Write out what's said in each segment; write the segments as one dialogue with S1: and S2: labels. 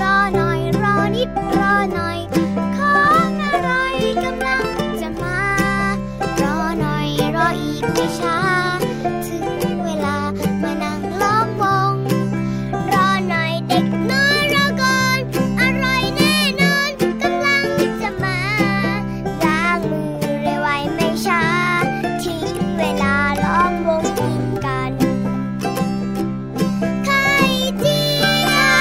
S1: รอหน่อยรอนิดรอหน่อย ของอะไรกำลังจะมา รอหน่อยรออีกไม่ช้า ถึงเวลามานั่งล้อมวง รอหน่อยเด็กน้อยรอก่อนอะไรแน่นอนกำลังจะมาล้างมือเร็วไวไม่ช้า ถึงเวลาล้อมวงกินกัน ไข่เจียวฝี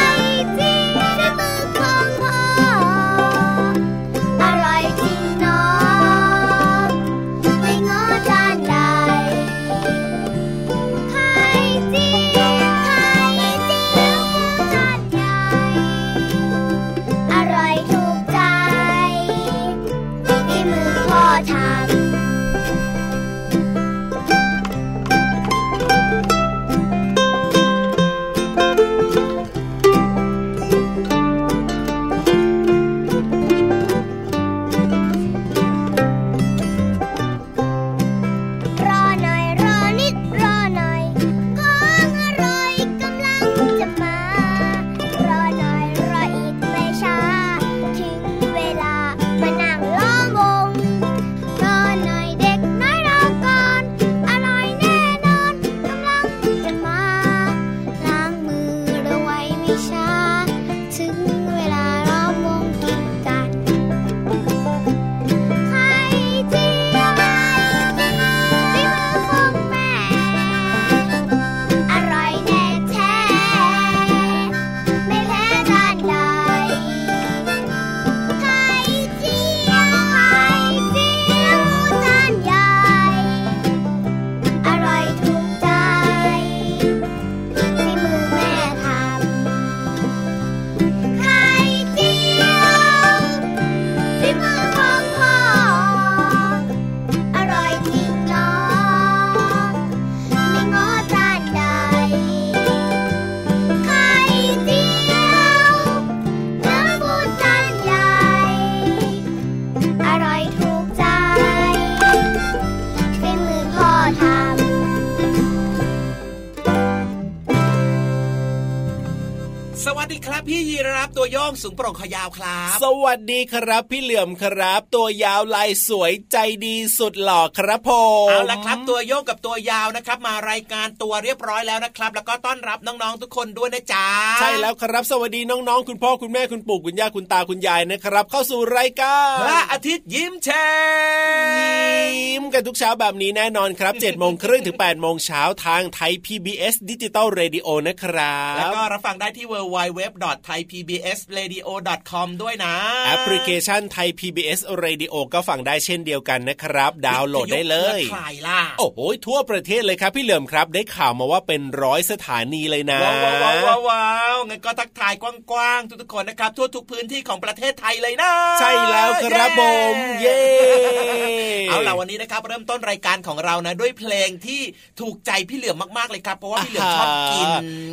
S1: มือของพ่อ อร่อยจริงเนาะไม่ง้อจานใด ไข่เจียวไข่เจียวจานใด อร่อยถูกใจฝีมือพ่อทำ รอหน่อยรอนิดรอหน่อยของอร่อยกำลังจะมา รอหน่อยรออีกไม่ช้า ถึงเวลามานั่งล้อมวง รอหน่อยเด็กน้อยรอก่อนอร่อยแน่นอนกำลังจะมาล้างมือระไว้ไม่ช้า ถึงเวลาล้อมวงกินกัน ไข่เจียวไข่เจียวฝีมือของแม่ อร่อยแน่แท้ไม่แพ้จานใดไข่เจียวไข่เจียวจานใหญ่ อร่อยถูกใจฝีมือแม่ทำไข่เจียว ฝีมือของพ่อ อร่อยจริงเนาะไม่ง้อจานใด ไข่เจียวน้ำปูจานใหญ่ อร่อยถูกใจฝีมือพ่อทำ
S2: สวัสดีครับพี่ยีรับตัวโย่องสูงโปร่งคอยาวครับ
S3: สวัสดีครับ พี่เหลื่อมครับ ตัวยาวลายสวยใจดีสุดหล่อครับผม
S2: เอาละครับตัวโยกกับตัวยาวนะครับ มารายการตัวเรียบร้อยแล้วนะครับ แล้วก็ต้อนรับน้องๆทุกคนด้วยนะจ๊ะ
S3: ใช่แล้วครับ สวัสดีน้องๆ คุณพ่อคุณแม่คุณปู่คุณย่าคุณตาคุณยายนะครับ เข้าสู่รายการ
S2: พระอาทิตย์ยิ้มแฉ่ง
S3: ยิ้มกันทุกเช้าแบบนี้แน่นอนครับ7จ็ดโมงครึ่งถึง8ปดโมงเช้าทางไทย PBS ดิจิตอลเรดิโอนะครับ
S2: แล้วก็รับฟังได้ที่ www.thaipbsradio.com ด้วยนะ
S3: แอปพลิเคชันไทย PBS Radio ก็ฟังได้เช่นเดียวกันนะครับ ดาวน์โหลดได้เลย
S2: คลายล่ะ
S3: โอ้โห ทั่วประเทศเลยครับพี่เหลิมครับ ได้ข่าวมาว่าเป็นร้อยสถานีเลยนะ
S2: ว้าวว้าวว้าวว้าวว้าวงั้นก็ทักทายกว้างๆทุกๆคนนะครับ ทั่วทุกพื้นที่ของประเทศไทยเลยนะ
S3: ใช่แล้วครับผม เย้
S2: เอาล่ะวันนี้นะครับเริ่มต้นรายการของเรานะ ด้วยเพลงที่ถูกใจพี่เหลือมมากๆเลยครับ เพราะว่าพี่เหลือมชอบกิน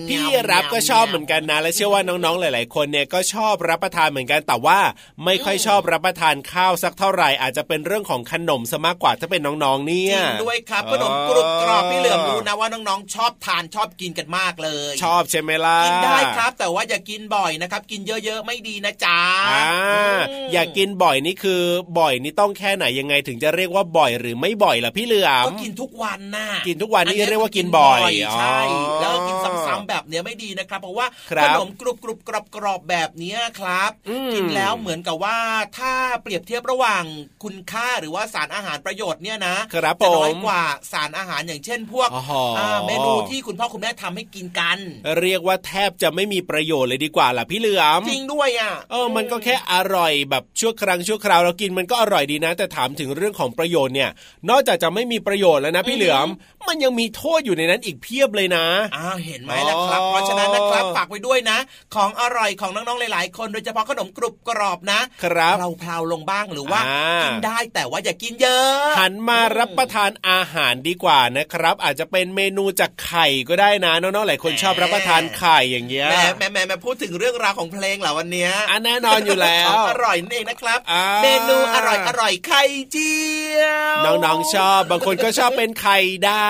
S3: พี่รับก็ชอบเหมือนกันนะ และเชื่อว่าน้องๆ หลาย ๆ คนเนี่ยก็ชอบรับประทานเหมือนกัน แต่ว่าไม่ค่อยชอบรับประทานข้าวสักเท่าไหร่อาจจะเป็นเรื่องของขนมซะมากกว่าถ้าเป็นน้อง
S2: จ
S3: ๆเนี่ย
S2: ริงด้วยครับขนมกรุบกรอบพี่เหลือมรู้นะว่าน้องๆ ชอบทานชอบกินกันมากเลย
S3: ชอบใช่ไหมล่ะ
S2: กินได้ครับ แต่ว่าอย่ากินบ่อยนะครับ กินเยอะๆไม่ดีนะจ๊ะ
S3: อ่า
S2: ม
S3: อยากกินบ่อยนี่คือบ่อยนี่ต้องแค่ไหนยังไงถึงจะเรียกว่าบ่อยหรือไม่บ่อยล่ะพี่เหลือม
S2: ก็กินทุกวันน่ะ
S3: กินทุกวันนี่
S2: อั
S3: เรียกว่ากินบ่อย
S2: ใช่
S3: อ๋อ
S2: แล้วกินซ้ำๆแบบเนี้ยไม่ดีนะครับ เพราะว่า
S3: ค
S2: ข
S3: รับ
S2: นมกรุบกรุบกรอบกรอบๆแบบเนี้ยครับ
S3: อืม
S2: กินแล้วเหมือนกับว่าถ้าเปรียบเทียบระหว่างคุณค่าหรือว่าสารอาหารประโยชน์เนี่ยนะครับ
S3: ผ
S2: จะน้อย
S3: ม
S2: กว่าสารอาหารอย่างเช่น พวก
S3: อ๋ออ่
S2: าเมนูที่คุณพ่อคุณแม่ทำให้กินกัน
S3: เรียกว่าแทบจะไม่มีประโยชน์เลยดีกว่าล่ะพี่เหลือม
S2: จริงด้วยอ่ะ
S3: เออ มันก็แค่อร่อยแบบชั่วครั้งชั่วคราวเรากินมันก็อร่อยดีนะ แต่ถามถึงเรื่องของ ประโยชน์เนี่ย นอกจากจะไม่มีประโยชน์แล้วนะพี่เหลือม มันยังมีโทษอยู่ในนั้นอีกเพียบเลยนะ
S2: อ้าวเห็นไหมล่ะครับ เพราะฉะนั้นนะครับฝากไว้ด้วยนะ ของอร่อยของน้องๆหลาย ๆ คนโดยเฉพาะขนมกรุบกรอบนะครับ เราเพลาลงบ้างหรือว่า
S3: อ่า
S2: กินได้แต่ว่าอย่ากินเยอะ
S3: หันมารับประทานอาหารดีกว่านะครับ อาจจะเป็นเมนูจากไข่ก็ได้นะน้องๆหลายคน
S2: แหม
S3: ชอบรับประทานไข่อย่างเงี้ย
S2: แหม่แหม่แหม่แหม่พูดถึงเรื่องราวของเพลงเหรอวันเนี้ย
S3: อันแน่นอนอยู่แล้ว
S2: ของอร่อยนั่นเองนะครับ
S3: อ่า
S2: เมนูอร่อยอร่อยไข่เจียว
S3: น้องๆชอบ บางคนก็ชอบเป็นไข่ดา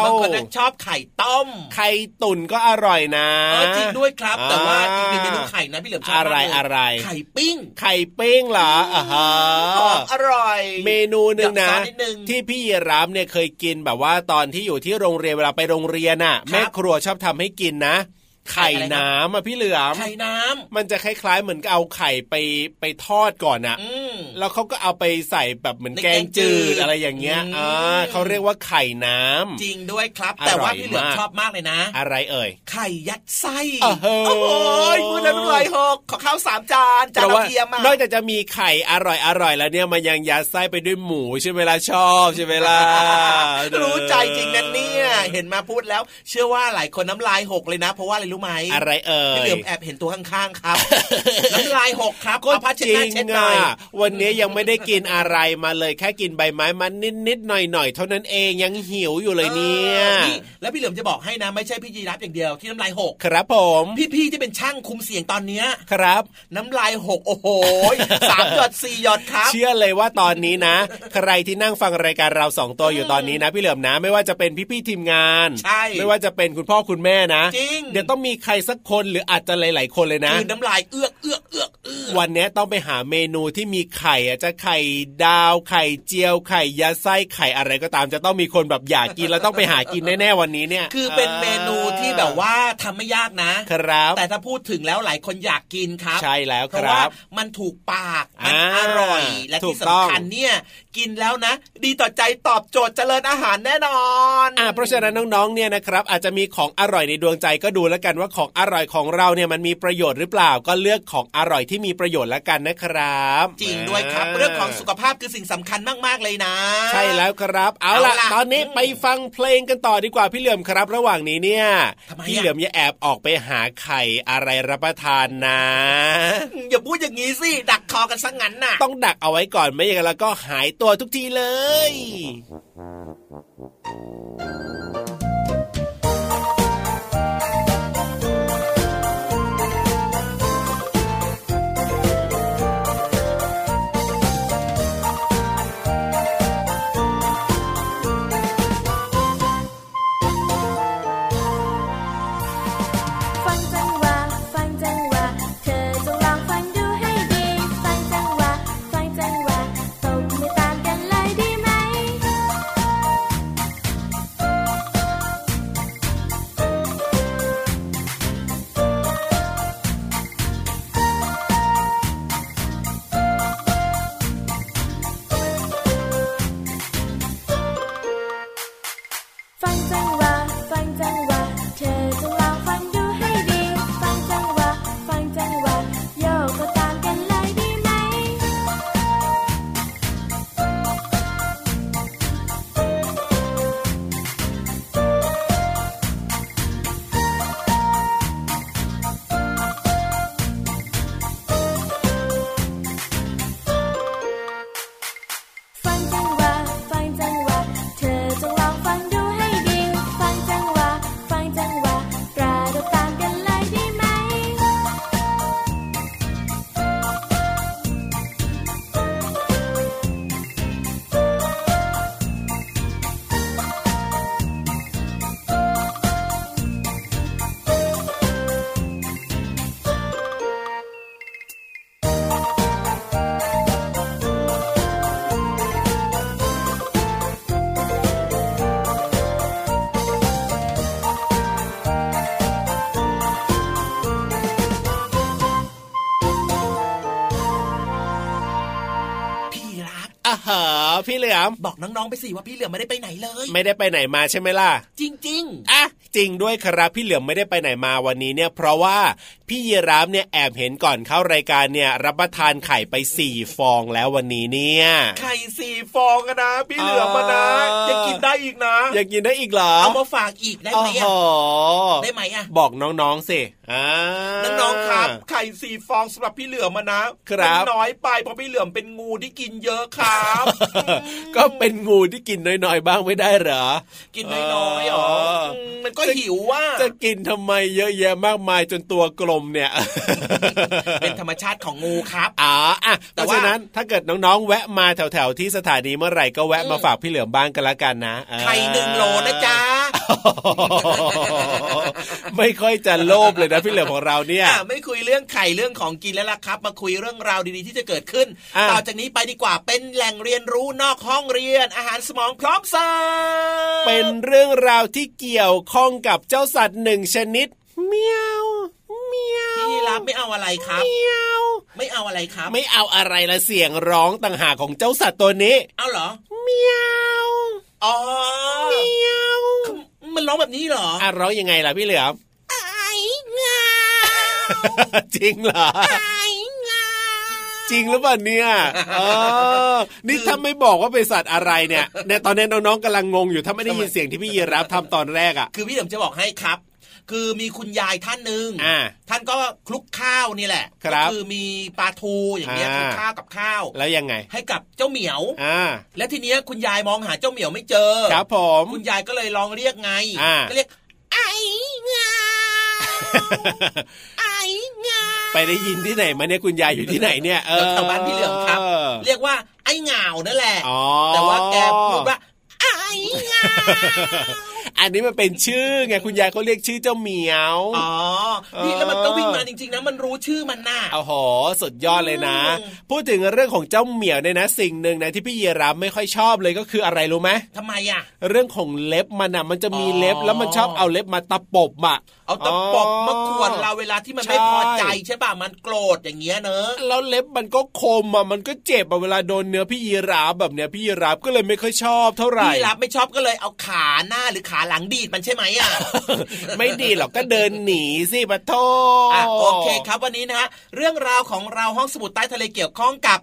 S3: ว
S2: บางคนนะชอบไข่ต้ม
S3: ไข่ตุ๋นก็อร่อยนะ
S2: เออจริงด้วยครับ แต่ว่า
S3: อ่า
S2: จริงๆเมนูไข่นะพี่เหลือมชอบมาก
S3: อะไร
S2: เลย
S3: อะไร
S2: ไข่ปิ้ง
S3: ไข่เป้งเหรออ่าฮะ
S2: หอมอร่อย
S3: เมนูหนึ่ง
S2: เดี๋ยว
S3: นะ
S2: ซ้อนนิดนึง
S3: ที่พี่ยีรามเนี่ยเคยกินแบบว่าตอนที่อยู่ที่โรงเรียนเวลาไปโรงเรียนน่ะ แม่ครัวชอบทำให้กินนะ
S2: ไข่
S3: ไข่
S2: อะไรนะ
S3: น้ำอ่ะพี่เหลือม
S2: ไข่น้ำ
S3: มันจะคล้ายๆเหมือนกับเอาไข่ไปไปทอดก่อนอ่ะ
S2: อืม
S3: แล้วเขาก็เอาไปใส่แบบเหมือน
S2: ใน
S3: แก
S2: แกง
S3: งจื
S2: จื
S3: ด
S2: ด
S3: อะไรอย่างเงี้ย
S2: อืม
S3: อ่าเขาเรียกว่าไข่น้ำ
S2: จริงด้วยครับ
S3: อร่อย
S2: แต่ว่าพี่เหลือม
S3: มาก
S2: ชอบมากเลยนะ
S3: อะไรเอ่ย
S2: ไข่ยัดไส้
S3: อ่ะเฮ้ย
S2: โอ้โหพูดแล้วน้ำลายหกขอข้าวสามจานจานละ
S3: เพราะว่า
S2: เทียมอ่ะ
S3: นอกจากจะมีไข่อร่อยอร่อยแล้วเนี่ยมันยังยัดไส้ไปด้วยหมูใช่ไหมล่ะชอบใช่ไหมล่ะ
S2: รู้ใจจริงนะเนี่ย เห็นมาพูดแล้ว เชื่อว่าหลายคนน้ำลายหกเลยนะ เพราะว่าอะไรรู้ไหม
S3: อะไรเอ่ย
S2: พี่เหลือมแอบเห็นตัวข้าง ๆครับ น้ำลายหกครับ
S3: ก็
S2: เอาผ้าเช็ดห
S3: จริ
S2: น้าง เช็ดหน่
S3: อ่ะ
S2: อย
S3: วันนี้ยังไม่ได้กินอะไรมาเลยแค่กินใบไม้มันนิดนิดๆหน่อยหน่อยๆเท่านั้นเองยังหิวอยู่เลยเนี่ย
S2: ออแล้วพี่เหลือมจะบอกให้นะ ไม่ใช่พี่ยีรับอย่างเดียวที่น้ำลายหก
S3: ครับผม
S2: พี่ๆที่เป็นช่างคุมเสียงตอนเนี้ย
S3: ครับ
S2: น้ำลายหกโอ้โหสามหยดสี่หยดครับ
S3: เชื่อเลยว่าตอนนี้นะ ใครที่นั่งฟังรายการเราสองตัวอยู่ตอนนี้นะ พี่เหลือมนะ ไม่ว่าจะเป็นพี่ๆทีมงาน
S2: ใช่
S3: ไม่ว่าจะเป็นคุณพ่อคุณแม่นะ
S2: จริง
S3: เดี๋ยวต้องมีใครสักคนหรืออาจจะหลาย ๆ คนเลยนะ
S2: คือน้ำลายเอื้อกเอื้อกเอื้อกเอื้อก
S3: วันนี้ต้องไปหาเมนูที่มีไข่อาจจะไข่ดาวไข่เจียวไข่ยัดไส้ไข่อะไรก็ตามจะต้องมีคนแบบอยากกิน แล้วต้องไปหากินแน่ๆวันนี้เนี่ย
S2: คือเป็นเมนูที่แบบว่าทำไม่ยากนะ
S3: ครับ
S2: แต่ถ้าพูดถึงแล้วหลายคนอยากกินครับ
S3: ใช่แล้ว
S2: เพ
S3: ค
S2: ราะ
S3: รั
S2: ว่า
S3: บ
S2: มันถูกปาก มัน
S3: อ่า
S2: อร่อย และ
S3: ถู
S2: ที่
S3: กต้อง
S2: สำคัญเนี่ย กินแล้วนะ ดีต่อใจตอบโจทย์เจริญอาหารแน่นอน
S3: อ่าเพราะฉะนั้นน้องๆเนี่ยนะครับอาจจะมีของอร่อยในดวงใจก็ดูแล้วกันว่าของอร่อยของเราเนี่ยมันมีประโยชน์หรือเปล่า ก็เลือกของอร่อยที่มีประโยชน์ละกันนะครับ
S2: จริงด้วยครับ เรื่องของสุขภาพคือสิ่งสำคัญมากๆเลยนะ
S3: ใช่แล้วครับ เอาล่ะ
S2: เอาล่ะ
S3: ตอนนี้ไปฟังเพลงกันต่อดีกว่าพี่เหลือมครับ ระหว่างนี้เนี่ย
S2: ทำไมอะ
S3: พี่เหลือมอย่าแอบออกไปหาไข่อะไรรับประทานนะ
S2: อย่าพูดอย่างนี้สิ ดักคอกันสักงั้นน่ะ
S3: ต้องดักเอาไว้ก่อนไม่อย่างนั้นแล้วก็หายตัวทุกทีเลย
S4: ฟังจังหวะ ฟังจังหวะ เธอจงลองฟังดูให้ดี ฟังจังหวะ ฟังจังหวะตบมือตามกันเลยดีไหม ฟังจังหวะ ฟังจังหวะ เธอจงลองฟังดูให้ดี ฟังจังหวะ ฟังจังหวะ โยกก็ตามกันเลยดีไหม ฟังจังหวะ ฟังจังหวะ เธอจงลองฟังดูให้ดี ฟังจังหวะ ฟังจังหวะกระโดดตามกันเลยได้ไหม
S2: พี่รับ
S3: อ่ะเหรอพี่เหลือม
S2: บอกน้องๆไปสิว่าพี่เหลือมไม่ได้ไปไหนเลย
S3: ไม่ได้ไปไหนมาใช่ไหมล่ะ
S2: จริง
S3: อ่ะ จริงด้วยครับพี่เหลือมไม่ได้ไปไหนมาวันนี้เนี่ย เพราะว่าพี่ยีราฟเนี่ยแอบเห็นก่อนเข้ารายการเนี่ย รับประทานไข่ไปสี่ฟองแล้ววันนี้เนี่ย
S2: ไข่สี่ฟองอะนะ พี่เหลือมอะนะ
S3: เออ
S2: ยังกินได้อีกนะ
S3: ยังกินได้อีกเหรอ
S2: เอามาฝากอีกได้ไหมอะ
S3: โอ้โห
S2: ได้ไหมอะ
S3: บอกน้องๆสิอ่า
S2: น้องๆครับ ไข่สี่ฟองสำหรับพี่เหลือมอะนะครับ มันน้อยไปเพราะพี่เหลือมเป็นงูที่กินเยอะครับ
S3: ก็เป็นงูที่กินน้อยๆบ้างไม่ได้เหรอ
S2: กินน้อยๆหรอ
S3: เอออื
S2: มมันก็หิวว่า
S3: จะกินทำไมเยอะแยะมากมายจนตัวกลมเนี่ย
S2: เป็นธรรมชาติของงูครับ
S3: อ๋ออ่ะเพ
S2: แต่
S3: ราะ
S2: ว่า
S3: ฉะนั้นถ้าเกิดน้องๆ แวะมาแถวๆ ที่สถานีเมื่อไหร่ก็แวะมาฝากพี่เหลือมบ้างกันละกันนะเออ
S2: ไข่หนึ่งโลนะจ๊ะ
S3: ไม่ค่อยจะโลภเลยนะ พี่เหลือมของเราเนี่ย
S2: อ่ะไม่คุยเรื่องไข่เรื่องของกินแล้วล่ะครับ มาคุยเรื่องราวดีๆที่จะเกิดขึ้น
S3: อ่ะ
S2: ต่อจากนี้ไปดีกว่าเป็นแหล่งเรียนรู้นอกห้องเรียน อาหารสมองพร้อมเสิร์ฟ
S3: เป็นเรื่องราวที่เกี่ยวข้องกับเจ้าสัตว์หนึ่งชนิดเมียวเมียว
S2: พี่รับไม่เอาอะไรครับ
S3: เมียว
S2: ไม่เอาอะไรครับ
S3: ไม่เอาอะไรละเสียงร้องต่างหากของเจ้าสัตว์ตัวนี้
S2: เอาเหรอ
S3: เมียว
S2: อ๋อ
S3: เมียว
S2: มันร้องแบบนี้เหรอ
S3: อ่ะร้องยังไงล่ะพี่เหลือม
S1: ไอ้เงา
S3: จริงเหรอ
S1: ไอ้เงา
S3: จริงหรือเปล่าเนี่ยเออนี่ถ้าไม่บอกว่าเป็นสัตว์อะไรเนี่ยในตอนนี้น้องๆกำลังงงอยู่ถ้าไม่ได้ยินเสียงที่พี่ยีรับทำตอนแรกอ่ะ
S2: คือพี่เหลิมจะบอกให้ครับ คือมีคุณยายท่านหนึ่ง
S3: อ่า
S2: ท่านก็คลุกข้าวนี่แหละ
S3: ค
S2: ก็
S3: รับ
S2: คือมีปลาทูอย่างเงี้ย
S3: อ่า
S2: คลุกข้าวกับข้าว
S3: แล้วยังไง
S2: ให้กับเจ้าเหมียว
S3: อ่า
S2: และทีเนี้ยคุณยายมองหาเจ้าเหมียวไม่เจอ
S3: ครับผม
S2: คุณยายก็เลยลองเรียกไง
S3: อ่า
S2: ก็เรียก
S1: ไอ้เงา ไอ้เงา
S3: ไปได้ยินที่ไหนมาเนี่ยคุณยายอยู่ที่ไหนเนี่ยเออ
S2: แถวบ้านพี่เหลือมครับ เรียกว่าไอ้เหงานั่นแหละ
S3: อ๋อ
S2: แต่ว่าแกพูดว่า
S1: ไอ้เงา
S3: อันนี้มันเป็นชื่อไงคุณยายเขาเรียกชื่อเจ้าเหมียว
S2: อ๋อ
S3: เออ
S2: นี่แล้วมันก็วิ่งมาจริงๆนะมันรู้ชื่อมันน่ะ
S3: เอาหอสุดยอดเลยนะ
S2: อืม
S3: พูดถึงเรื่องของเจ้าเหมียวเนี่ยนะ สิ่งหนึ่งนะที่พี่ยีรับไม่ค่อยชอบเลยก็คืออะไรรู้ไหม
S2: ทำไมอ่ะ
S3: เรื่องของเล็บมันอ่ะมันจะมีเล็บ
S2: อ๋อ
S3: แล้วมันชอบเอาเล็บมาตะปบอ่ะ
S2: เอาตะปบมาขวนเราเวลาที่มันไม่พอใจ
S3: ใช่
S2: ใช่ป่ะมันโกรธอย่างเงี้ยเนอะ
S3: แล้วเล็บมันก็คมอ่ะมันก็เจ็บอ่ะเวลาโดนเนื้อพี่ยีราฟแบบเนี้ยพี่ยีราฟก็เลยไม่ค่อยชอบเท่าไหร่
S2: พี่รับไม่ชอบก็เลยเอาขาหน้าหรือขาหลังดีดมันใช่ไหมอ่ะ
S3: ไม่ดีหรอกก็เดินหนีสิปะโท
S2: อ่ะโอเคครับวันนี้นะฮะเรื่องราวของเราห้องสมุดใต้ทะเลเกี่ยวข้องกับ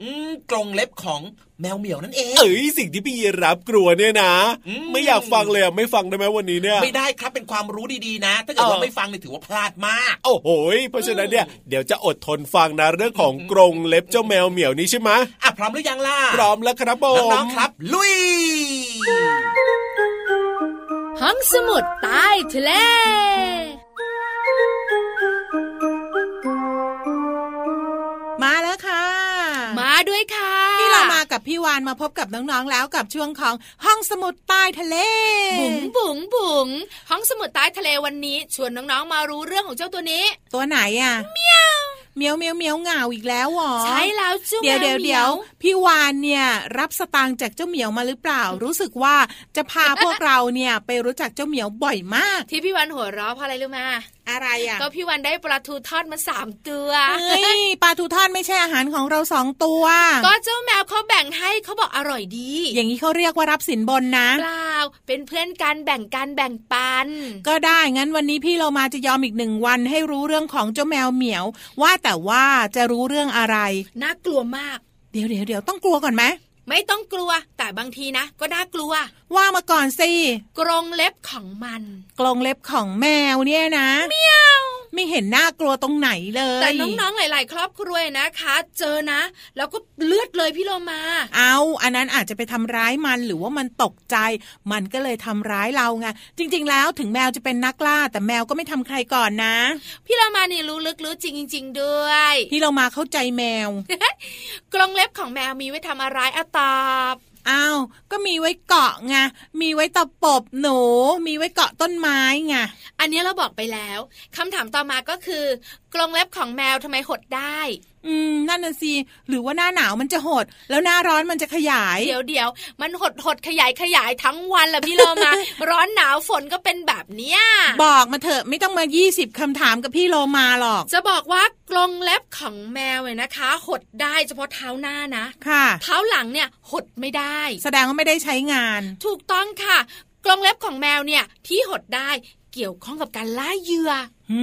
S2: อืมกรงเล็บของแมวเหมียวนั่นเอง
S3: เอ้ยสิ่งที่พี่ยีรับกลัวเนี่ยนะ
S2: อืม
S3: ไม่อยากฟังเลยอ่ะไม่ฟังได้ไหมวันนี้เนี่ย
S2: ไม่ได้ครับเป็นความรู้ดีๆนะ ถ้าเกิด
S3: เออ
S2: ว่าไม่ฟังเนี่ยถือว่าพลาดมาก
S3: โอ้โหยเพราะฉะนั้นเนี่ยเดี๋ยวจะอดทนฟังนะเรื่องของกรงเล็บเจ้าแมวเหมียวนี้ใช่ไหม
S2: อ่ะพร้อมหรือยังล่ะ
S3: พร้อมแล้วครับผม
S2: น้องๆครับ ลุย
S5: ห้องสมุดใต้ทะเล
S6: มาแล้วค่ะ
S5: มาด้วยค่ะ
S6: พี่เรามากับพี่วานมาพบกับน้องๆแล้วกับช่วงของห้องสมุดใต้ทะเล
S5: บุ๋งบุ๋งบุ๋งห้องสมุดใต้ทะเลวันนี้ ชวนน้องๆมารู้เรื่องของเจ้าตัวนี้
S6: ตัวไหนอ่ะเมียวเมียวเมียวเมียวเหงาอีกแล้วเหรอ
S5: ใช่แล้วจุ๊บ
S6: เดี๋ยวเดี๋ยว
S5: แม
S6: เดี๋ยวพี่วานเนี่ยรับสตางค์จากเจ้าเหมียวมาหรือเปล่า รู้สึกว่าจะพาพวกเราเนี่ยไปรู้จักเจ้าเหมียวบ่อยมาก
S5: ที่พี่วันหัวเราะเพราะอะไรรู้มา
S6: อะไรอ่ะ
S5: ก็พี่วันได้ปลาทูทอดมาสามตัว
S6: เฮ้ยปลาทูทอดไม่ใช่อาหารของเราสองตัว
S5: ก็เจ้าแมวเขาแบ่งให้เขาบอกอร่อยดี
S6: อย่างนี้เขาเรียกว่ารับสินบนนะ
S5: เปล่าเป็นเพื่อนกันแบ่งกันแบ่งปัน
S6: ก็ได้งั้นวันนี้พี่เรามาจะยอมอีกหนึ่งวันให้รู้เรื่องของเจ้าแมวเหมียว ว่าแต่ว่าจะรู้เรื่องอะไร
S5: น่ากลัวมาก
S6: เดี๋ยวเดี๋ยวเดี๋ยวต้องกลัวก่อนไหม
S5: ไม่ต้องกลัว แต่บางทีนะ ก็น่ากลัว
S6: ว่ามาก่อนสิ
S5: กรงเล็บของมัน
S6: กรงเล็บของแมวเนี่ยนะเมียว ไม่เห็นน่ากลัวตรงไหนเลย
S5: แต่น้องๆ หลาย ๆ ครอบครัวนะคะ เจอนะ แล้วก็เลือดเลยพี่โลมา
S6: เอาอันนั้นอาจจะไปทำร้ายมันหรือว่ามันตกใจ มันก็เลยทำร้ายเราไงจริง ๆ แล้วถึงแมวจะเป็นนักล่า แต่แมวก็ไม่ทำใครก่อนนะ
S5: พี่โลมาเนี่ยรู้ลึกรู้จริงจริง ๆ ด้วย
S6: พี่เรามาเข้าใจแมว
S5: กรงเล็บของแมวมีไว้ทำอะไรอะตอบ
S6: อ้าว ก็มีไว้เกาะไง มีไว้ตะปบหนู มีไว้เกาะต้นไม้ไง
S5: อันนี้เราบอกไปแล้วคำถามต่อมาก็คือ กรงเล็บของแมวทำไมหดได้
S6: อืม นั่นน่ะสิ หรือว่าหน้าหนาวมันจะหด แล้วหน้าร้อนมันจะขยาย
S5: เดี๋ยวเดี๋ยวมันหดหดขยายขยายทั้งวันแหละพี่โลมา ร้อนหนาวฝนก็เป็นแบบเนี้ย
S6: บอกมาเถอะไม่ต้องมา 20คำถามกับพี่โลมาหรอก
S5: จะบอกว่ากรงเล็บของแมวเนี่ยนะคะ หดได้เฉพาะเท้าหน้านะ
S6: ค่ะ
S5: เท้าหลังเนี่ยหดไม่ได้
S6: แสดงว่าไม่ได้ใช้งาน
S5: ถูกต้องค่ะ กรงเล็บของแมวเนี่ยที่หดได้เกี่ยวข้องกับการล่าเหยื่อ
S6: หื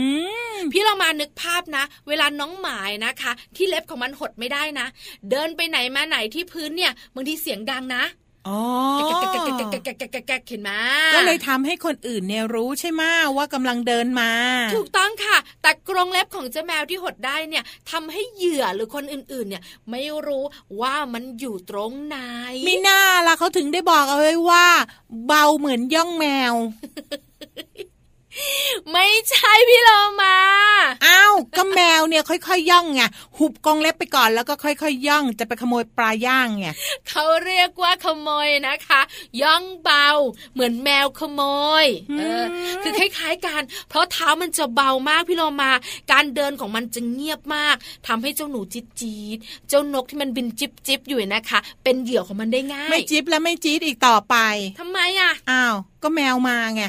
S6: ม
S5: พี่เรามานึกภาพนะ เวลาน้องหมายนะคะ ที่เล็บของมันหดไม่ได้นะ เดินไปไหนมาไหนที่พื้นเนี่ยบางทีเสียงดังนะ
S6: อ๋อ
S5: แกะแกะแกะแกะแกะแกะแกะแกะแกะเห็นไหม
S6: ก็เลยทำให้คนอื่นเนี่ยรู้ใช่ไหมว่ากำลังเดินมา
S5: ถูกต้องค่ะ แต่กรงเล็บของเจ้าแมวที่หดได้เนี่ยทำให้เหยื่อหรือคนอื่นๆ เนี่ย ไม่รู้ว่ามันอยู่ตรงไหน
S6: มีหน้าล่ะเขาถึงได้บอกเอาไว้ว่า เบาเหมือนย่องแมว
S5: ไม่ใช่พี่เรามา
S6: อ้าวก็แมวเนี่ยค่อยๆย่องไงหุบกรงเล็บไปก่อนแล้วก็ค่อยๆย่องจะไปขโมยปลาย่างไง
S5: เขาเรียกว่าขโมยนะคะ ย่องเบา เหมือนแมวขโมยเออคือคล้ายๆกันเพราะเท้ามันจะเบามากพี่โลมา การเดินของมันจะเงียบมากทำให้เจ้าหนูจิตจีดๆเจ้านกที่มันบินจิบจิบๆอยู่นะคะ เป็นเหยื่อของมันได้ง่าย
S6: ไม่จิ๊บและไม่จี๊ดอีกต่อไป
S5: ทำไมอ่ะ
S6: อ้าวก็แมวมาไง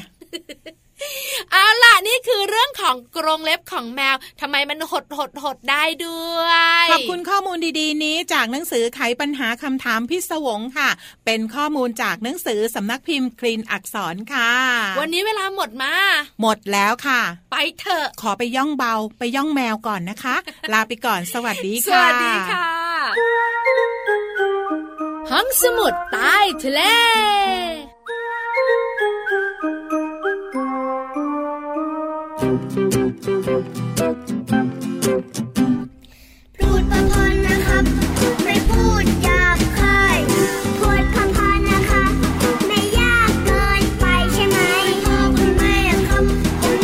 S5: เอาล่ะนี่คือเรื่องของกรงเล็บของแมวทำไมมันหดหดหดได้ด้วย
S6: ขอบคุณข้อมูลดีๆ นี้จากหนังสือไขปัญหาคำถามพิศวงค่ะ เป็นข้อมูลจากหนังสือสำนักพิมพ์คลีนอักษรค่ะ
S5: วันนี้เวลาหมดมา
S6: หมดแล้วค่ะ
S5: ไปเถอะ
S6: ขอไปย่องเบาไปย่องแมวก่อนนะคะ ลาไปก่อนสวัสดี
S5: ส
S6: ค่ะ
S5: วัสดีค่ะ ห้องสมุดใต้ทะเล
S1: พูดประพนนะครับ ไม่พูดหยาบคายพูดคำพานนะคะ ไม่ยากเกินไปใช่ไหมพ่อคุณแม่ครับผมจะไม่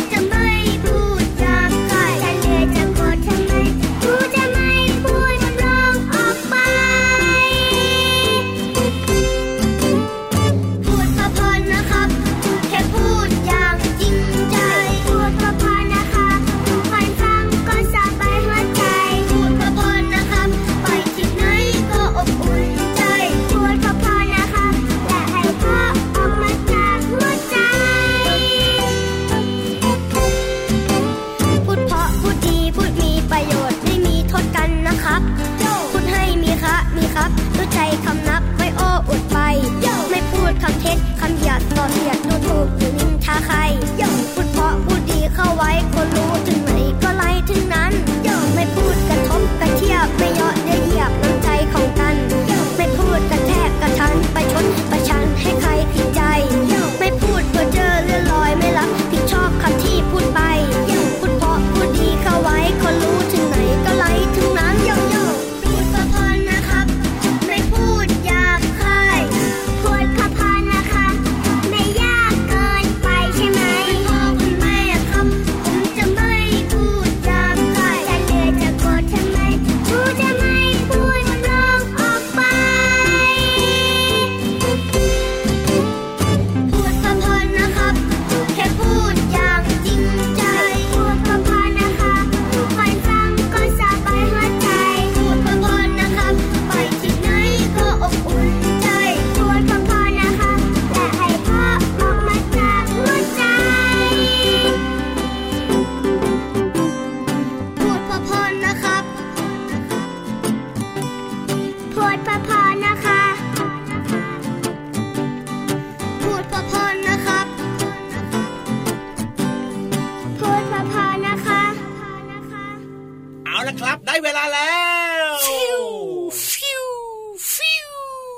S1: พูดหยาบคายฉันเลยจะโกรธทำไมกูจะไม่พูดร้องออกไป พูดประพนนะครับ แค่พูดอย่างจริงใจ พูดประพนนะคะฟังฟังก็สบายหัวใจ พูดประพนนะครับ ไปที่ไหนก็อบอุ่นใจ พูดประพนนะคะและให้พ่อออกมาจากหัวใจ พูดเพราะพูดดีพูดมีประโยชน์ไม่มีโทษกันนะครับพูดให้มีคะมีครับรู้ใจคำนับไม่โอ้อวดไป ไม่พูดคำเท็จคำหยาดต่อเหยียดดูถูกหรือนินทาใครพูดเพราะพูดดีเข้าไว้คนรู้ถึงไหนก็ไล่ถึงนั้นไม่พูดกระทบกระเทียบไม่เหยาะเย้ยเหยียบน้ำใจของกัน ไม่พูดกระแทกกระทันประชดประชันให้ใครผิดใจ ไม่พูดเพ้อเจ้อเลื่อนลอยไม่รับผิดชอบคำที่พูดไป พูดเพราะพูดดีเข้าไว้คนรู้ถึงไหนก็ไหลถึงนั้นโยโย่พูดประพนนะครับ ไม่พูดหยาบคายพูดประพนนะคะ ไม่ยากเกินไปใช่ไหมพ่อคุณแม่ครับผมจะไม่พูดหยาบคายแต่เดยวจะโกรธทำไมพูดจะไม่พูดร้องออกไป พูดคำพอนะครับ แค่พูดอย่างจริงใจ พูดคำพอนะคะฟังฟังก็สบายหัวใจ พูดคำพอนะครับ ไปที่ไหนก็อบอุ่นใจ พูดคำพอนะคะและให้พ่อออกมาจากหัวใจ พูดพอๆนะครับ พูดพอๆนะคะ พูดพอพอๆนะครับ พูดพอพอๆนะคะ
S2: เอาละครับ ได้เวลาแล้ว
S5: ฟิวฟิว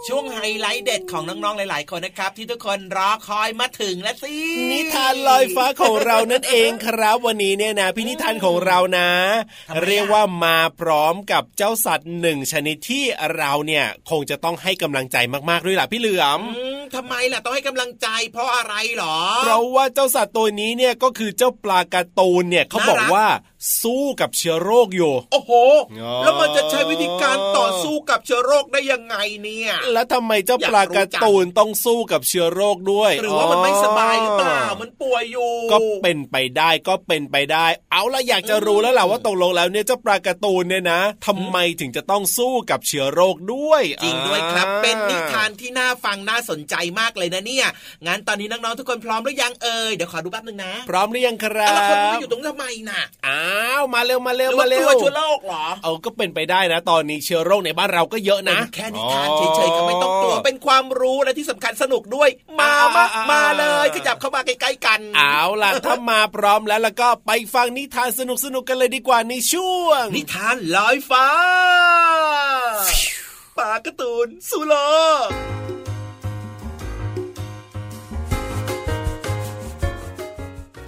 S2: ช่วงไฮไลท์เด็ดของน้องๆ หลาย ๆ คนนะครับ ที่ทุกคนรอคอยมาถึงแล้วสิ
S3: นิทานลอยฟ้าของเรานั่นเองครับวันนี้เนี่ยนะพี่นิทานของเรานะ เรียกว่ามาพร้อมกับเจ้าสัตว์หนึ่งชนิดที่เราเนี่ยคงจะต้องให้กำลังใจมากๆด้วยล่ะพี่เหลือม
S2: อืมทำไมล่ะต้องให้กำลังใจเพราะอะไรหรอ
S3: เพราะว่าเจ้าสัตว์ตัวนี้เนี่ยก็คือเจ้าปลาการ์ตูนเนี่ยเขา
S2: น่ารัก
S3: บอกว่าสู้กับเชื้อโรคอยู่
S2: โอ้โห
S3: อ๋อ
S2: แล้วมันจะใช้วิธีการต่อสู้กับเชื้อโรคได้ยังไงเนี่ย
S3: แล้วทำไมเจ้าปลาการ์ตูนต้องสู้กับเชื้อโรคด้วย
S2: หรือว่ามันไม่สบายหรือเปล่า มันป่วยอยู่
S3: ก็เป็นไปได้ก็เป็นไปได้ เอาละอยากจะรู้แล้วล่ะว่าตกลงแล้วเนี่ยเจ้าปลาการ์ตูนเนี่ยนะทำไมถึงจะต้องสู้กับเชื้อโรคด้วย
S2: จริงด้วยครับ
S3: อ่า
S2: เป็นนิทานที่น่าฟังน่าสนใจมากเลยนะเนี่ย งั้นตอนนี้น้องๆทุกคนพร้อมหรือยังเอ่ย เดี๋ยวขอดูแป๊บนึงนะ
S3: พร้อมหรือยังครั
S2: อ่ะ
S3: บ
S2: แล้วคนมันอยู่ตรงทำไมน่ะ
S3: อ้า อ้าวมาเร็วมาเร็ว
S2: หรือ
S3: มา
S2: ว่า
S3: เร็
S2: ก
S3: ว
S2: ลัวเชื้อโรคเหรอ
S3: เอาก็เป็นไปได้นะ ตอนนี้เชื้อโรคในบ้านเราก็เยอะนะ
S2: เป็นแค่นิทานเฉยๆก็ไม่ต้องกลัวเป็นความรู้และที่สำคัญสนุกด้วย มา
S3: อ่
S2: มา
S3: อ่อ่
S2: มาเลยขยับเข้ามาใกล้ๆกัน
S3: เอาล่ะ ถ้ามาพร้อมแล้วแล้วก็ไปฟังนิทานสนุกๆกันเลยดีกว่าในช่วง
S2: นิทานลอยฟ้าปลาการ์ตูนสุโล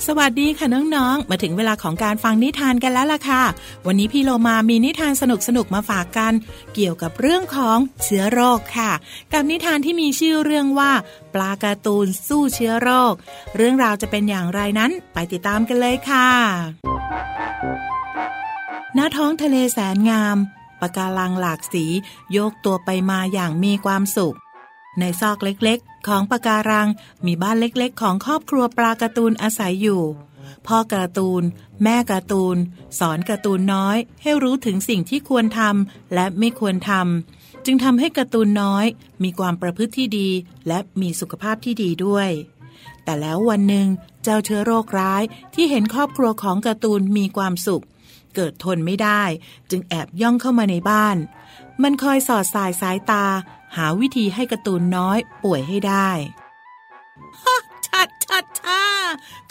S6: สวัสดีค่ะน้องๆ มาถึงเวลาของการฟังนิทานกันแล้วล่ะค่ะ วันนี้พี่โลมามีนิทานสนุกๆ มาฝากกัน เกี่ยวกับเรื่องของเชื้อโรคค่ะ กับนิทานที่มีชื่อเรื่องว่า ปลาการ์ตูนสู้เชื้อโรค เรื่องราวจะเป็นอย่างไรนั้นไปติดตามกันเลยค่ะ หน้าท้องทะเลแสนงามปะการังหลากสีโยกตัวไปมาอย่างมีความสุข ในซอกเล็กๆ ของปะการังมีบ้านเล็กๆ ของครอบครัวปลาการ์ตูนอาศัยอยู่ พ่อการ์ตูน แม่การ์ตูน สอนการ์ตูนน้อย ให้รู้ถึงสิ่งที่ควรทำและไม่ควรทำจึงทำให้การ์ตูนน้อย มีความประพฤติที่ดี และมีสุขภาพที่ดีด้วย แต่แล้ววันหนึ่งเจ้าเชื้อโรคร้ายที่เห็นครอบครัวของการ์ตูนมีความสุข เกิดทนไม่ได้ จึงแอบย่องเข้ามาในบ้าน มันคอยสอดสายสายตา หาวิธีให้การ์ตูนน้อยป่วยให้ได้ฮะ ชัดชัดชา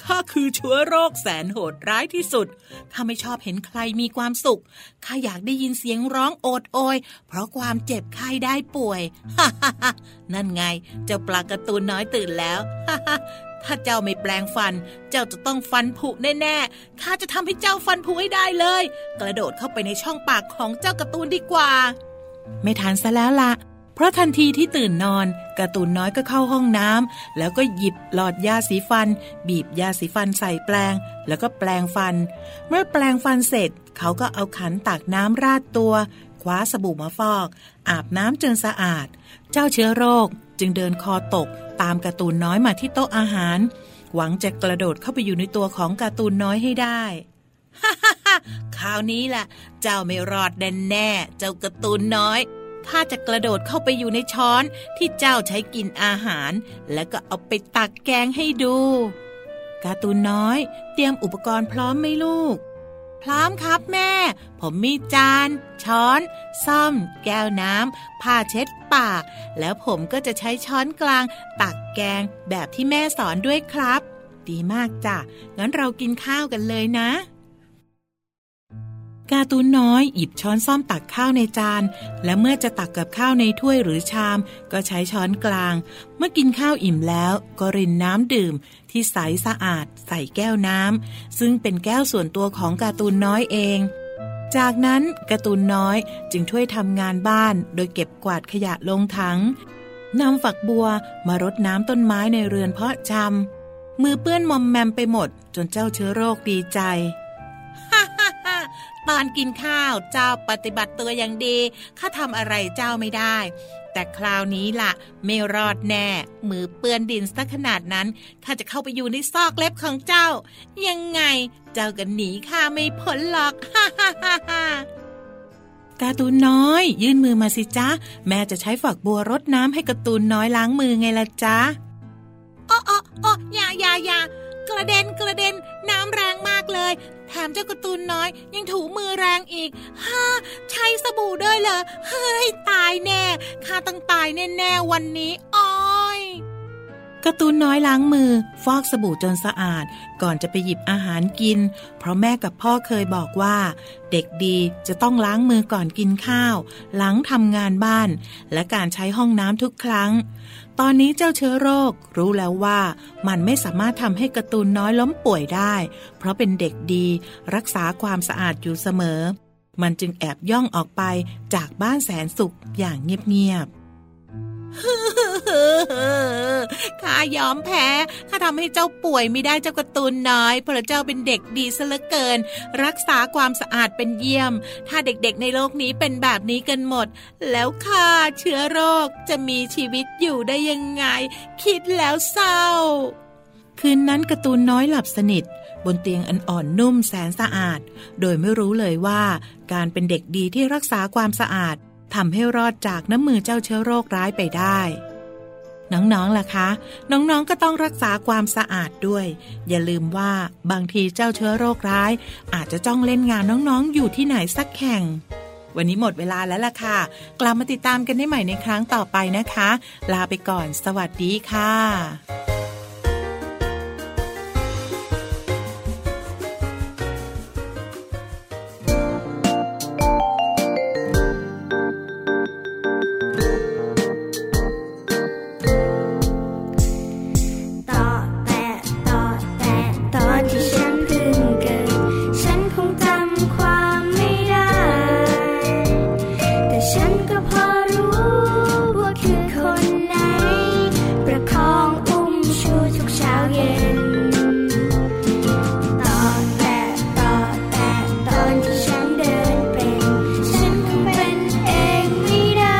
S6: ข้าคือเชื้อโรคแสนโหดร้ายที่สุด ข้าไม่ชอบเห็นใครมีความสุข ข้าอยากได้ยินเสียงร้องโอดโอย เพราะความเจ็บไข้ได้ป่วย ฮ่าฮ่าฮ่านั่นไง เจ้าปลาการ์ตูนน้อยตื่นแล้ว ฮ่าฮ่าถ้าเจ้าไม่แปลงฟัน เจ้าจะต้องฟันผุแน่ๆ ข้าจะทำให้เจ้าฟันผุให้ได้เลย กระโดดเข้าไปในช่องปากของเจ้าการ์ตูนดีกว่า ไม่ทันซะแล้วละเพราะทันทีที่ตื่นนอนการ์ตูนน้อยก็เข้าห้องน้ำแล้วก็หยิบหลอดยาสีฟัน บีบยาสีฟันใส่แปลง แล้วก็แปลงฟัน เมื่อแปลงฟันเสร็จ เขาก็เอาขันตักน้ำราดตัว คว้าสบู่มาฟอก อาบน้ำจนสะอาด เจ้าเชื้อโรคจึงเดินคอตก ตามการ์ตูนน้อยมาที่โต๊ะอาหาร หวังจะกระโดดเข้าไปอยู่ในตัวของการ์ตูนน้อยให้ได้ คราวนี้แหละเจ้าไม่รอดแน่แน่ๆเจ้าการ์ตูนน้อยข้าจะกระโดดเข้าไปอยู่ในช้อนที่เจ้าใช้กินอาหาร แล้วก็เอาไปตักแกงให้ดู การ์ตูนน้อย เตรียมอุปกรณ์พร้อมไหมลูก พร้อมครับแม่ ผมมีจาน ช้อน ซ่อม แก้วน้ำผ้าเช็ดปาก แล้วผมก็จะใช้ช้อนกลาง ตักแกงแบบที่แม่สอนด้วยครับ ดีมากจ้ะงั้นเรากินข้าวกันเลยนะ การ์ตูนน้อยหยิบช้อนซ่อมตักข้าวในจาน และเมื่อจะตักกับข้าวในถ้วยหรือชาม ก็ใช้ช้อนกลาง เมื่อกินข้าวอิ่มแล้วก็รินน้ำดื่ม ที่ใสสะอาด ใส่แก้วน้ำซึ่งเป็นแก้วส่วนตัวของการ์ตูนน้อยเอง จากนั้นการ์ตูนน้อยจึงช่วยทำงานบ้าน โดยเก็บกวาดขยะลงถังนำฝักบัวมารดน้ำต้นไม้ในเรือนเพาะชำมือเปื้อนมอมแมมไปหมด จนเจ้าเชื้อโรคดีใจ ตอนกินข้าวเจ้าปฏิบัติตัวอย่างดี ข้าทำอะไรเจ้าไม่ได้ แต่คราวนี้ล่ะ ไม่รอดแน่ มือเปื้อนดินซะขนาดนั้น ข้าจะเข้าไปอยู่ในซอกเล็บของเจ้า ยังไง เจ้าก็หนีข้าไม่พ้นหรอก ฮ่าฮ่าฮ่าฮ่าการ์ตูนน้อย ยื่นมือมาสิจ๊ะ แม่จะใช้ฝักบัวรดน้ำให้การ์ตูนน้อยล้างมือไงล่ะจ๊ะอ้ออ้ออ้ออย่าอย่าอย่ากระเด็นกระเด็นน้ำแรงมากเลย แถมเจ้าการ์ตูนน้อยยังถูมือแรงอีกฮ่าใช้สบู่ด้วยเหรอ เฮ้ย ตายแน่ ข้าต้องตายแน่ๆวันนี้อ้อยการ์ตูนน้อยล้างมือ ฟอกสบู่จนสะอาด ก่อนจะไปหยิบอาหารกิน เพราะแม่กับพ่อเคยบอกว่า เด็กดีจะต้องล้างมือก่อนกินข้าว หลังทำงานบ้าน และการใช้ห้องน้ำทุกครั้ง ตอนนี้เจ้าเชื้อโรครู้แล้วว่ามันไม่สามารถทำให้การ์ตูนน้อยล้มป่วยได้ เพราะเป็นเด็กดี รักษาความสะอาดอยู่เสมอ มันจึงแอบย่องออกไปจากบ้านแสนสุขอย่างเงียบๆ ข้ายอมแพ้ข้าทำให้เจ้าป่วยไม่ได้เจ้าการ์ตูนน้อย เพราะเจ้าเป็นเด็กดีซะเหลือเกิน รักษาความสะอาดเป็นเยี่ยม ถ้าเด็กๆในโลกนี้เป็นแบบนี้กันหมด แล้วข้าเชื้อโรคจะมีชีวิตอยู่ได้ยังไง คิดแล้วเศร้า คืนนั้นการ์ตูนน้อยหลับสนิท บนเตียงอันอ่อนนุ่มแสนสะอาด โดยไม่รู้เลยว่าการเป็นเด็กดีที่รักษาความสะอาดทำให้รอดจากน้ำมือเจ้าเชื้อโรคร้ายไปได้ น้องๆล่ะคะ น้องๆก็ต้องรักษาความสะอาดด้วย อย่าลืมว่าบางทีเจ้าเชื้อโรคร้าย อาจจะจ้องเล่นงานน้องๆ อยู่ที่ไหนสักแห่ง วันนี้หมดเวลาแล้วล่ะค่ะ กลับมาติดตามกันได้ใหม่ในครั้งต่อไปนะคะ ลาไปก่อน สวัสดีค่ะ
S1: ต่อแต่ต่อแต่ตอนที่ฉันเพิ่งเกิด ฉันคงจำความไม่ได้ แต่ฉันก็พอรู้ว่าคือคนไหน ประคองอุ้มชูทุกเช้าเย็น ต่อแต่ต่อแต่ตอนที่ฉันเดินเป็น ฉันคงเป็นเองไม่ได้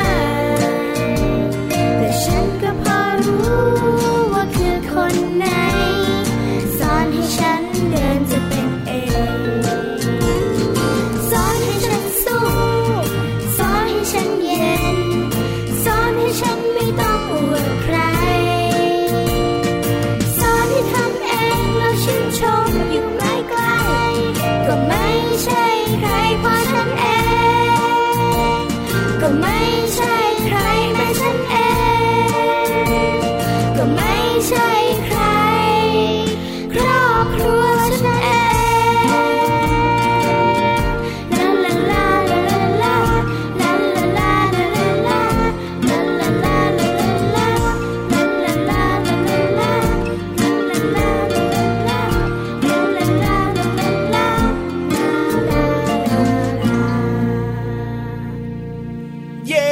S1: แต่ฉันก็พอรู้ว่าคือคนไหนสอนให้ฉันเดินจะเป็นเองสอนให้ฉันสู้สอนให้ฉันเย็นสอนให้ฉันไม่ต้องอวดใครสอนให้ทำเองแล้วชื่นชมอยู่ไม่ไกลก็ไม่ใช่ใครเพราะฉันเอง ก็ไม่ใช่ใครแม้ฉันเอง ก็ไม่ใช่ใคร ครอบครัวฉันเองลาลาลาลาลาลาลาลาลาลาลาลาลาลาลาลาลาลาลา
S3: เย้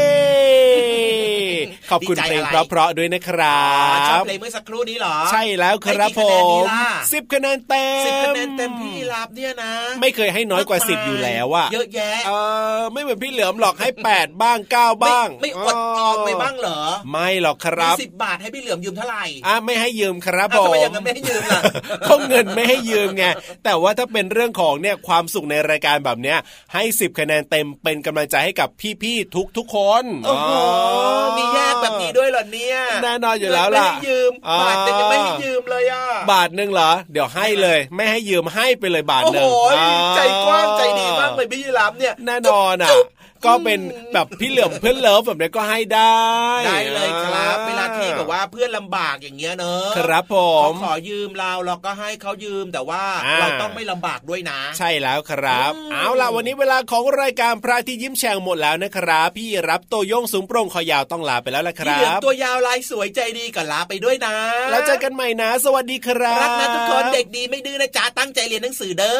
S3: ขอบคุณ
S2: ดีใจ
S3: เพลง
S2: อะไร
S3: เพราะๆด้วยนะครั
S2: อ๋อชอบบ เพลงเมื่อสักครู่นี้เหรอ
S3: ใช่แล้วครับ
S2: ให้
S3: ผ
S2: กี่คะแนนดี
S3: ม
S2: ล่ะ
S3: สิบคะแนนเต็ม
S2: สิบคะแนนเต็มพี่ลาบเนี่ยนะ
S3: ไม่เคยให้น้อยกว่าม สิบอยู่แล้วอะ
S2: เยอะแยะ
S3: เออไม่เหมือนพี่เหลือมหรอกให้ 8 บ้าง 9 บ้าง
S2: ไม่ไม่อดออกไปบ้างเหรอ
S3: ไม่หรอกครับ
S2: สิบบาทให้พี่เหลือมยืมเท่าไหร่
S3: อ่ะไม่ให้ยืมครับ
S2: อ้าว
S3: ผ
S2: ทำ
S3: ม
S2: ไมอย่างนั้นไม่ให้ยืมล่ะ
S3: เขาเงินไม่ให้ยืมไงแต่ว่าถ้าเป็นเรื่องของเนี่ยความสุขในรายการแบบเนี้ย ให้สิบคะแนนเต็มเป็นกำลังใจให้กับพี่ๆทุกทุกๆคน
S2: โอ้โห มีแยกแบบนี้ด้วยเหรอเนี่ย
S3: แน่นอนอยู่แล้วล่ะ
S2: ไม่ให้ยืม
S3: อ่
S2: บาทแต่ยังไม่ให้ยืมเลยอ่ะ
S3: บาทหนึ่งเหรอ เดี๋ยวให้เลย ไม่ให้ยืมให้ไปเลยบาท
S2: โอ้
S3: ห
S2: โห
S3: นึ่ง
S2: ใจกว้างใจดีมากเลยพี่ยีรับเนี่ย
S3: แน่นอนอ่ะ ก็เป็นแบบพี่เหลือมเพื่อนเลิฟแบบนี้ก็ให้ได้
S2: ได้เลยครับ เวลาที่แบบว่าเพื่อนลำบากอย่างเงี้ยเนอะ
S3: ครับผม
S2: เขาขอยืมเราเราก็ให้เขายืมแต่ว่า
S3: อ่า
S2: เราต้องไม่ลำบากด้วยนะ
S3: ใช่แล้วครับ
S2: อืม
S3: เอาล่ะวันนี้เวลาของรายการพระอาที่ยิ้มแฉ่งหมดแล้วนะครับ พี่รับตัวโยงสูงโปร่งคอยาวต้องลาไปแล้วล่ะค
S2: พี่
S3: รั
S2: เหลือม
S3: บ
S2: ตัวยาวลายสวยใจดีก็ลาไปด้วยนะ
S3: แล้วเจอกันใหม่นะ สวัสดีครับ
S2: รักนะทุกคนเด็กดีไม่ดื้อนะจ๊ะตั้งใจเรียนหนังสือเด้อ